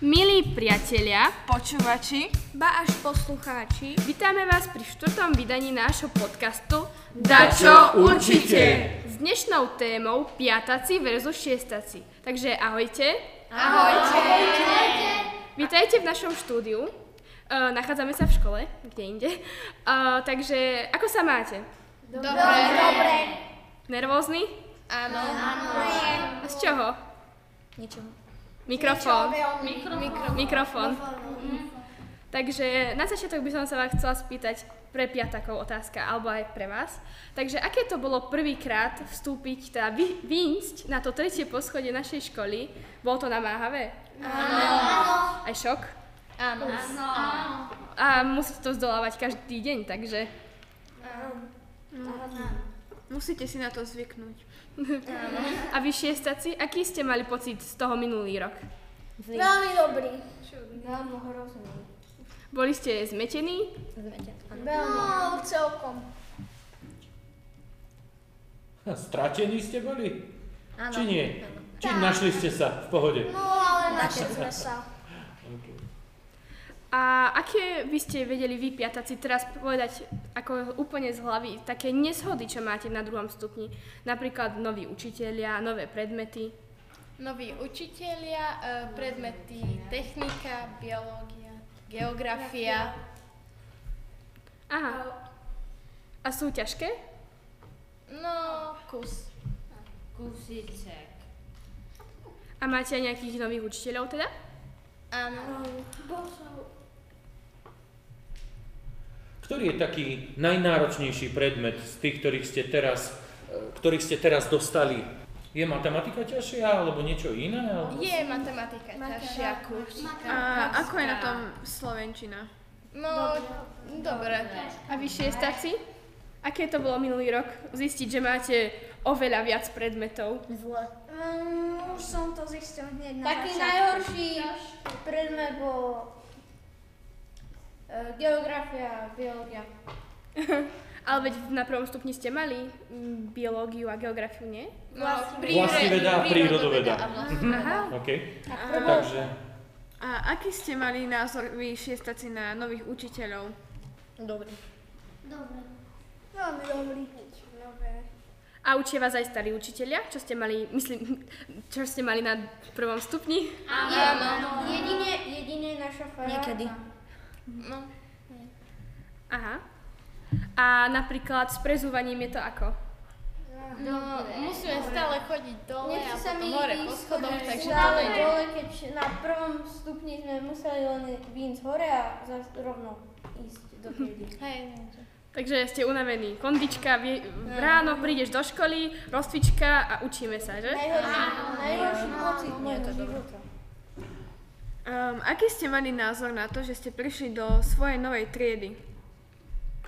Milí priatelia, Počúvači, Ba až poslucháči, vítame vás pri štvrtom vydaní nášho podcastu Dačo určite! s dnešnou témou piataci versus šiestaci. Takže ahojte. Ahojte. Vítajte v našom štúdiu. Uh, nachádzame sa v škole, kde inde. Uh, takže ako sa máte? Dobre. Dobre. Nervózny? Áno. Áno. Z čoho? Ničomu. Mikrofón. Mikrofón. Mikrofón. Takže na začiatok by som sa vás chcela spýtať pre piatakov otázka, alebo aj pre vás. Takže aké to bolo prvýkrát vstúpiť, teda vy, výjsť na to tretie poschodie našej školy? Bolo to namáhavé? Áno. Aj šok? Áno. A musíte to zdolávať každý deň, takže... musíte si na to zvyknúť. A vy šiestaci, aký ste mali pocit z toho minulý rok? Veľmi dobrý. Boli ste zmetení? Veľmi. No, celkom. Stratení ste boli? Či nie? Či našli ste sa v pohode? No, ale našli sme sa. A aké by ste vedeli vy piataci teraz povedať ako úplne z hlavy také neshody, čo máte na druhom stupni? Napríklad noví učitelia, nové predmety. Noví učitelia, e, predmety technika, biológia, geografia. Aha. A sú ťažké? No, kus. A máte aj nejakých nových učiteľov teda? Áno. Ktorý je taký najnáročnejší predmet z tých, ktorých ste teraz, e, ktorých ste teraz dostali? Je matematika ťažšia alebo niečo iné? Alebo... Je matematika ťažšia kus. A ako je na tom Slovenčina? No, dobre. A vy šiestaci? Aké to bolo minulý rok? Zistiť, že máte oveľa viac predmetov. Mm, už som to zistil hneď na Taký najhorší predmet bol e, geografia, biológia. Ale veď na prvom stupni ste mali mm, biológiu a geografiu, nie? No, Vlastne- Vlastniveda a prírodoveda. a vlastne- Aha. OK. Takže A aký ste mali názor vy šiestaci na nových učiteľov? Dobre. Veľmi dobrý. Dobre. A učia vás aj starí učiteľia, čo ste mali, myslím, čo ste mali na prvom stupni. Áno. Jedine, jedine naša faráka. Niekedy. No, Aha. A napríklad s prezúvaním je to ako? no, musíme stále chodiť dole a Nechce sa mi potom hore po ísť schodoch, hore. takže to Stále nejde. dole, keď na prvom stupni sme museli len výjsť hore a zase rovno ísť do triedy. Hej, nejde. Takže ste unavení. Kondička, vie, ráno prídeš do školy, rozcvička a učíme sa, že? Najhorší, najhorší pocit môjho života. Um, aký ste mali názor na to, že ste prišli do svojej novej triedy?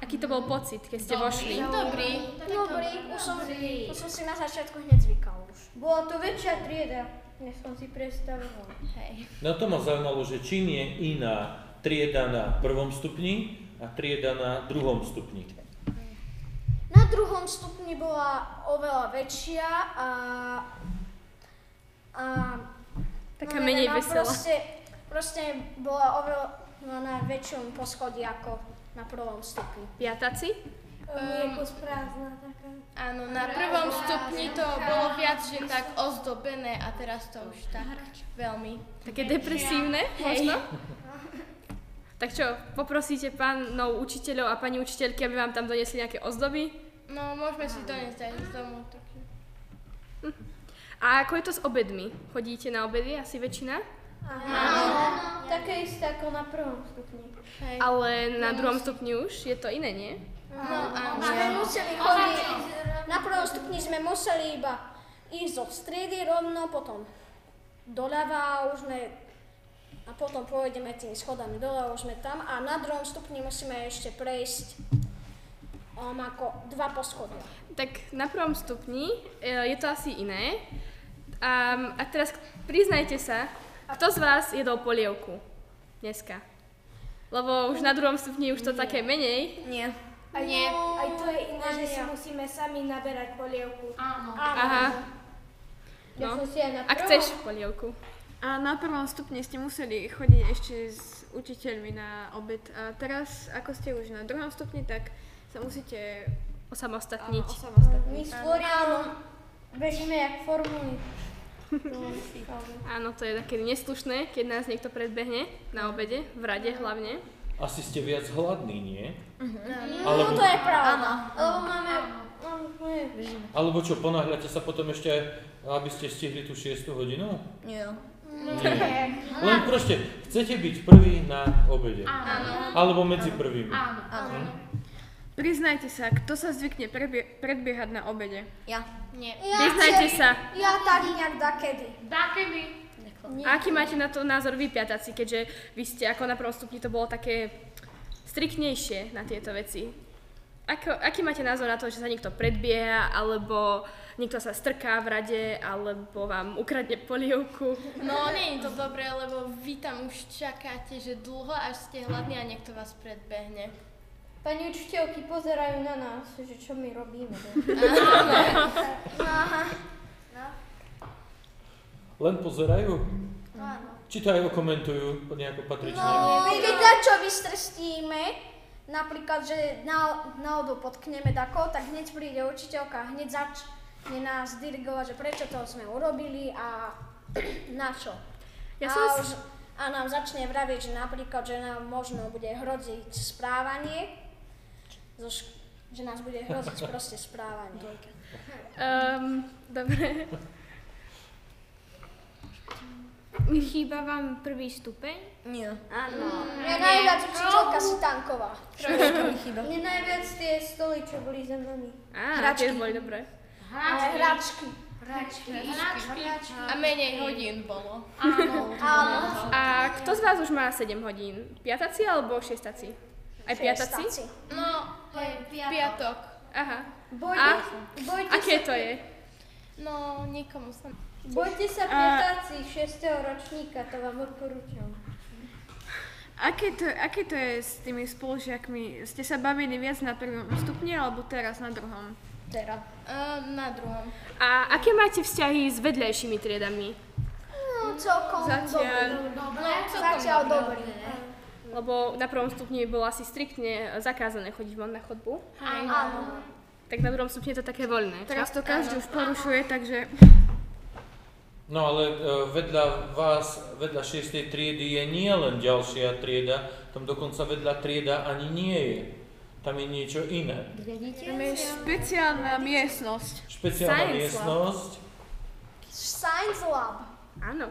Aký to bol pocit, keď ste vošli? Dobrý. Dobrý, už som, už som si na začiatku hneď zvykal už. Bola to väčšia trieda, než som si predstavoval. no to ma zaujímalo, že čím je iná trieda na prvom stupni a trieda na druhom stupni. Na druhom stupni bola oveľa väčšia a... a Taká no neviem, menej a veselá. Proste, proste bola oveľa no, na väčšom poschodí ako na prvom stupni. Piataci? Um, je prázdna taká. Ehm, Áno, na prvom stupni to bolo viac, že tak ozdobené a teraz to už tak veľmi. Také depresívne možno? Tak čo, poprosíte pánov učiteľov a pani učiteľky, aby vám tam donesli nejaké ozdoby? No, môžeme si doniesť aj z domu taký. A ako je to s obedmi? Chodíte na obedy asi väčšina? Také isté ako na prvom stupni. Hej. Ale na druhom stupni už je to iné, nie? No, áno. Sme museli chodiť, No, na prvom stupni sme museli iba ísť zo striedy rovno, potom doľava už sme a potom pôjdeme tými schodami dole, už sme tam a na druhom stupni musíme ešte prejsť um, ako dva poschodia. Tak na prvom stupni e, je to asi iné. A, a teraz priznajte sa, kto z vás jedol polievku dneska? Lebo už na druhom stupni už to také menej. Nie. Aj, Nie. aj to je iné, že si musíme sami naberať polievku. Áno. Aha, Ja no. som si aj na A chceš polievku? A A na prvom stupni ste museli chodiť ešte s učiteľmi na obed. A teraz, ako ste už na druhom stupni, tak sa musíte áno, Osamostatniť. osamostatniť. My s Florianom no, bežíme jak No, formuly. Áno, to je také neslušné, keď nás niekto predbehne na obede, v rade hlavne. Asi ste viac hladní, nie? No Alebo, to je pravda. Lebo máme... alebo čo, ponáhľate sa potom ešte, aby ste stihli tú 6. hodinu? Nie. Mm. Nie. Len proste, chcete byť prvý na obede. Alebo medzi prvými. Priznajte sa, kto sa zvykne prebie- predbiehať na obede? Ja. Nie. Ja Priznajte tiež- sa, Ja tak nejak dakedy. A aký máte na to názor vy piataci, keďže vy ste ako na prvom stupni to bolo také striktnejšie na tieto veci? Ako, aký máte názor na to, že sa niekto predbieha, alebo niekto sa strká v rade, alebo vám ukradne polievku? No, nie je to dobré, lebo vy tam už čakáte, že dlho, až ste hladní a niekto vás predbehne. Pani učiteľky pozerajú na nás, že čo my robíme. Len pozerajú? Či to aj okomentujú nejako patrične? No, keď dačo vystrstíme, napríklad, že na, náhodou potkneme dako, tak hneď príde učiteľka, hneď začne nás dirigovať, že prečo to sme urobili a na čo. Ja a, som s- už, a nám začne vraviť, že napríklad, že nám možno bude hroziť správanie, zo šk- že nás bude hroziť proste správanie. Um, dobre. Chýba vám prvý stupeň? Nie. Mne najviac učiteľka Sitanková. Trošku mi chýba. Mne najviac tie stoly, čo boli za nami. Á, tiež boli dobré. Ale hračky. A menej hodín bolo. Áno. A kto z vás už má 7 hodín? Piataci alebo šiestaci? Aj piataci? Šestaci. No, piatok. Aha. A Bojte, bojte, aké to je? No, niekomu som... bojte sa piatáci 6. ročníka, to vám odporúčam. Aké to, aké to je s tými spolužiakmi? Ste sa bavili viac na prvom stupni alebo teraz na druhom? Teraz. Ehm, na druhom. A aké máte vzťahy s vedľajšími triedami? No, celkom Zatiaľ, dobre. Zatiaľ No, dobrý. lebo na prvom stupni bolo asi striktne zakázané chodiť von na chodbu, Áno. tak na druhom stupni je to také voľné. čo? Teraz to každý už porušuje, takže No ale e, vedľa vás, vedľa 6. triedy je nie len ďalšia trieda, tam dokonca vedľa trieda ani nie je. Tam je niečo iné. tam je špeciálna miestnosť. Špeciálna Science lab. miestnosť. Science Lab. Áno.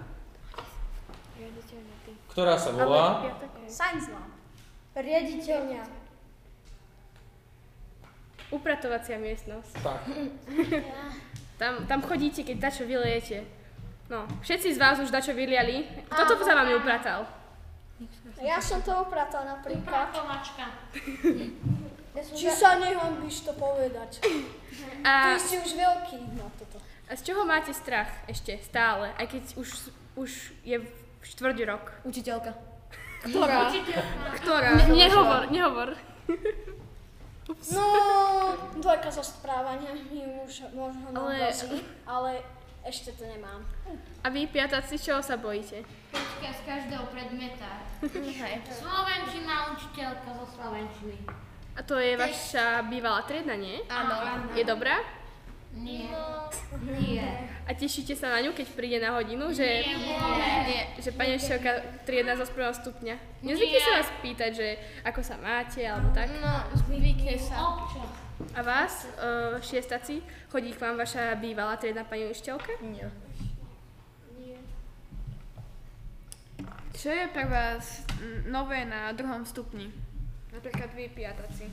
ktorá sa volá Science Lab. Riaditeľňa. Upratovacia miestnosť. tak. Tam, tam chodíte, keď dačo vylejete. No, všetci z vás už dačo vyliali. Kto to za vami upratal? Ja som to upratal napríklad. Ja som Či sa nehambíš to povedať? Ty A, si už veľký na toto. a z čoho máte strach ešte stále, aj keď už, už je štvrť rok? Učiteľka. Ktorá? Ktorá? Ne- nehovor, nehovor. No, dvojka zo správania mi už možno Ale- nabrozí, ale ešte to nemám. A vy, piataci, čoho sa bojíte? Počka z každého predmeta. Hej. Slovenčina, učiteľka zo Slovenčiny. A to je vaša bývalá triedna, nie? Áno. Je dobrá? Nie. Nie. A tešíte sa na ňu, keď príde na hodinu, že, nie, že pani učiteľka triedna zo prvého stupňa. Nezvykne sa vás pýtať, že ako sa máte, alebo tak. No, zvykne sa. Občas. A vás, e, šiestaci, chodí k vám vaša bývalá triedna pani učiteľka? Nie. Čo je pre vás mm, nové na druhom stupni? Napríklad vy piataci.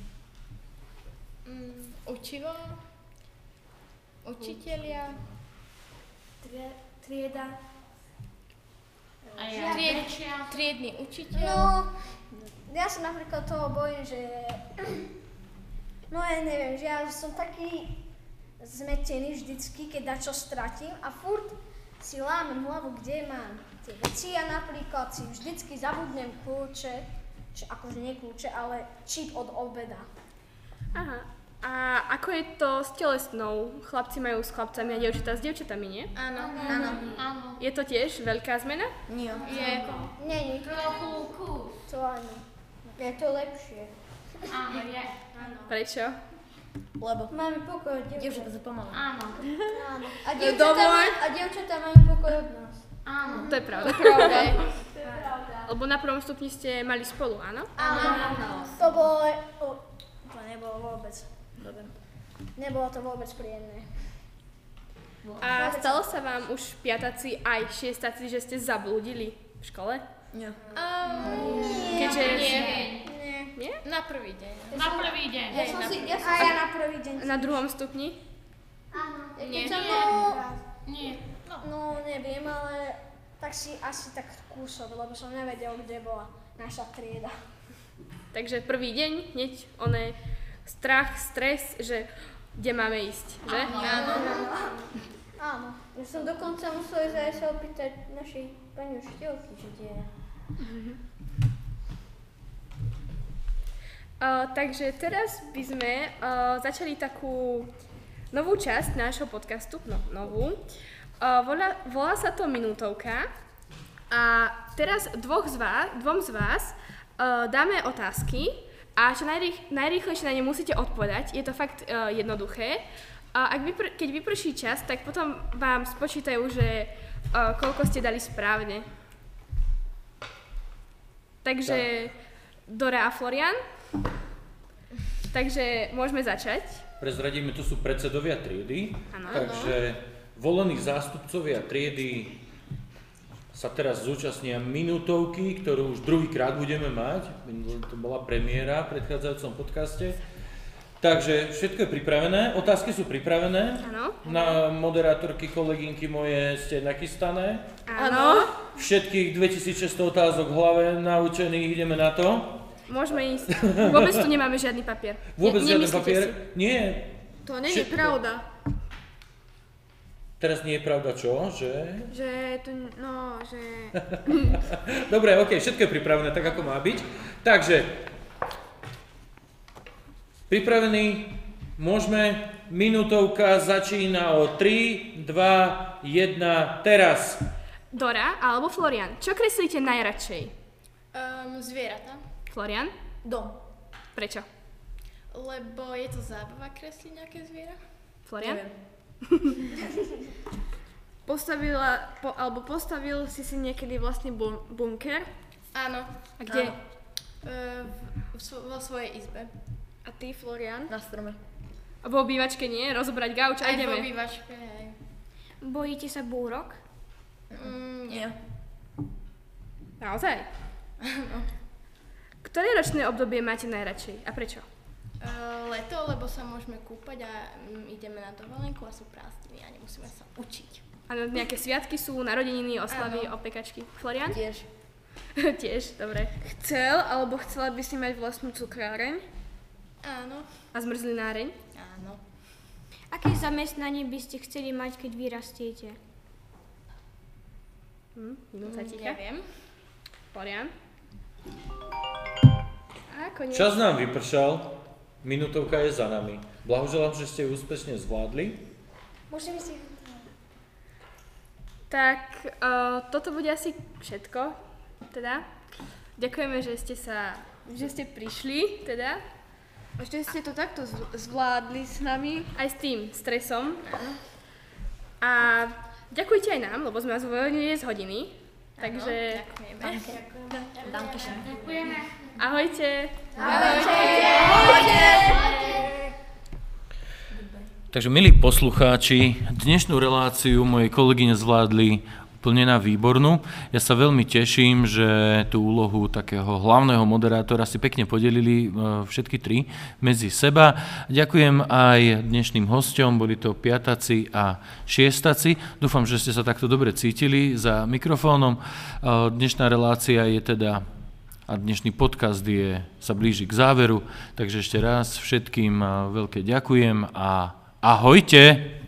Mm, učivo? Učitelia? trieda. A ja Tried, väčšia. triedny učiteľ? No, ja sa napríklad toho bojím, že... No ja neviem, že ja som taký zmetený vždycky, keď dačo stratím a furt si lámem hlavu, kde mám tie veci. Ja napríklad si vždycky zabudnem kľúče, či akože nie kľúče, ale čip od obeda. Aha. A ako je to s telesnou? Chlapci majú s chlapcami a dievčatá s dievčatami, nie? Áno. Áno. Je to tiež veľká zmena? Nie. Je. Není, Trochu kus. to ani. Je to lepšie. Áno, je. Prečo? Lebo Máme pokoj od dievčat. dievčatá sú pomalé. Áno. Áno. A Domov. dievčatá, ma- a dievčatá majú pokoj od nás. Áno. To je pravda. Lebo na prvom stupni ste mali spolu, áno? Áno. To bolo... O, to nebolo vôbec. Dobre. Nebolo to vôbec príjemné. A stalo sa vám už piataci aj šiestaci, že ste zablúdili v škole? Nie. Keďže... Nie. Nie? Na prvý deň. Na prvý deň. Ja som si, ja som A ja na prvý deň. Na druhom stupni? Nie. Nie. No neviem, ale tak si asi tak kúsok, lebo som nevedel, kde bola naša trieda. Takže prvý deň, hneď oné strach, stres, že kde máme ísť, že? Áno. Ja som dokonca musela ísť aj sa opýtať našej pani učiteľky, že kde je. Uh, takže teraz by sme uh, začali takú novú časť nášho podcastu, no, novú. Uh, volá, volá sa to Minútovka. A teraz dvoch z vás, dvom z vás uh, dáme otázky a čo najrych, najrýchlejšie na ne musíte odpovedať. Je to fakt uh, jednoduché. A ak vypr- keď vyprší čas, tak potom vám spočítajú, že uh, koľko ste dali správne. Takže Dora a Florian. Takže môžeme začať. Prezradíme, to sú predsedovia triedy, Áno. takže volení zástupcovia triedy sa teraz zúčastnia minútovky, ktorú už druhýkrát budeme mať. Minulý To bola premiéra v predchádzajúcom podcaste. Takže všetko je pripravené, otázky sú pripravené. Áno. Na moderátorky, kolegynky moje ste nachystané. Áno. Všetkých 2600 otázok v hlave naučených, ideme na to. Môžeme ísť. Vôbec tu nemáme žiadny papier. Vôbec Ne- žiaden nemyslíte papier? si. Nie, To není Všetko. pravda. Teraz nie je pravda čo, že... Že to, no, že... Dobre, ok, všetko je pripravené tak, ako má byť. Takže, pripravení, môžeme, minútovka začína o 3, 2, 1, teraz. Dora alebo Florian, čo kreslíte najradšej? Um, zvieratá. Florian? Dom. Prečo? Lebo je to zábava kresliť nejaké zviera? Florian? Postavila, po, alebo postavil si si niekedy vlastný bun- bunker. Áno. A kde? Uh, v, v, svo- vo svojej izbe. A ty, Florian? Na strome. A vo obývačke nie? Rozobrať gauč a Aj v ideme. obývačke, hej. Bojíte sa búrok? Mm, nie. Naozaj? Ktoré ročné obdobie máte najradšej a prečo? Uh, leto, lebo sa môžeme kúpať a mm, ideme na dovolenku a sú prázdniny a nemusíme sa učiť. A nejaké sviatky sú, narodeniny, oslavy, Áno. opekačky. Florian? Tiež. Tiež, dobre. Chcel, alebo chcela by si mať vlastnú cukráreň? Áno. A zmrzlináreň? Áno. Aké zamestnanie by ste chceli mať, keď vyrastiete? Hm, minúta ticha. Neviem. Florian? A koniec. Čas nám vypršal, minútovka je za nami. Blahoželám, že ste ju úspešne zvládli. Musím si... Tak uh, toto bude asi všetko, teda. Ďakujeme, že ste sa, že ste prišli, teda. Že ste to takto zv- zvládli s nami. Aj s tým stresom. A ďakujte aj nám, lebo sme vás uvoľnili z hodiny. Takže Ďakujeme. Ďakujeme. ahojte. Takže milí poslucháči, dnešnú reláciu mojej kolegyne zvládli úplne na výbornú. Ja sa veľmi teším, že tú úlohu takého hlavného moderátora si pekne podelili e, všetky tri medzi seba. Ďakujem aj dnešným hosťom, boli to piataci a šiestaci. Dúfam, že ste sa takto dobre cítili za mikrofónom. E, Dnešná relácia je teda a dnešný podcast je, sa blíži k eh, záveru, takže ešte raz všetkým a, veľké ďakujem a ahojte!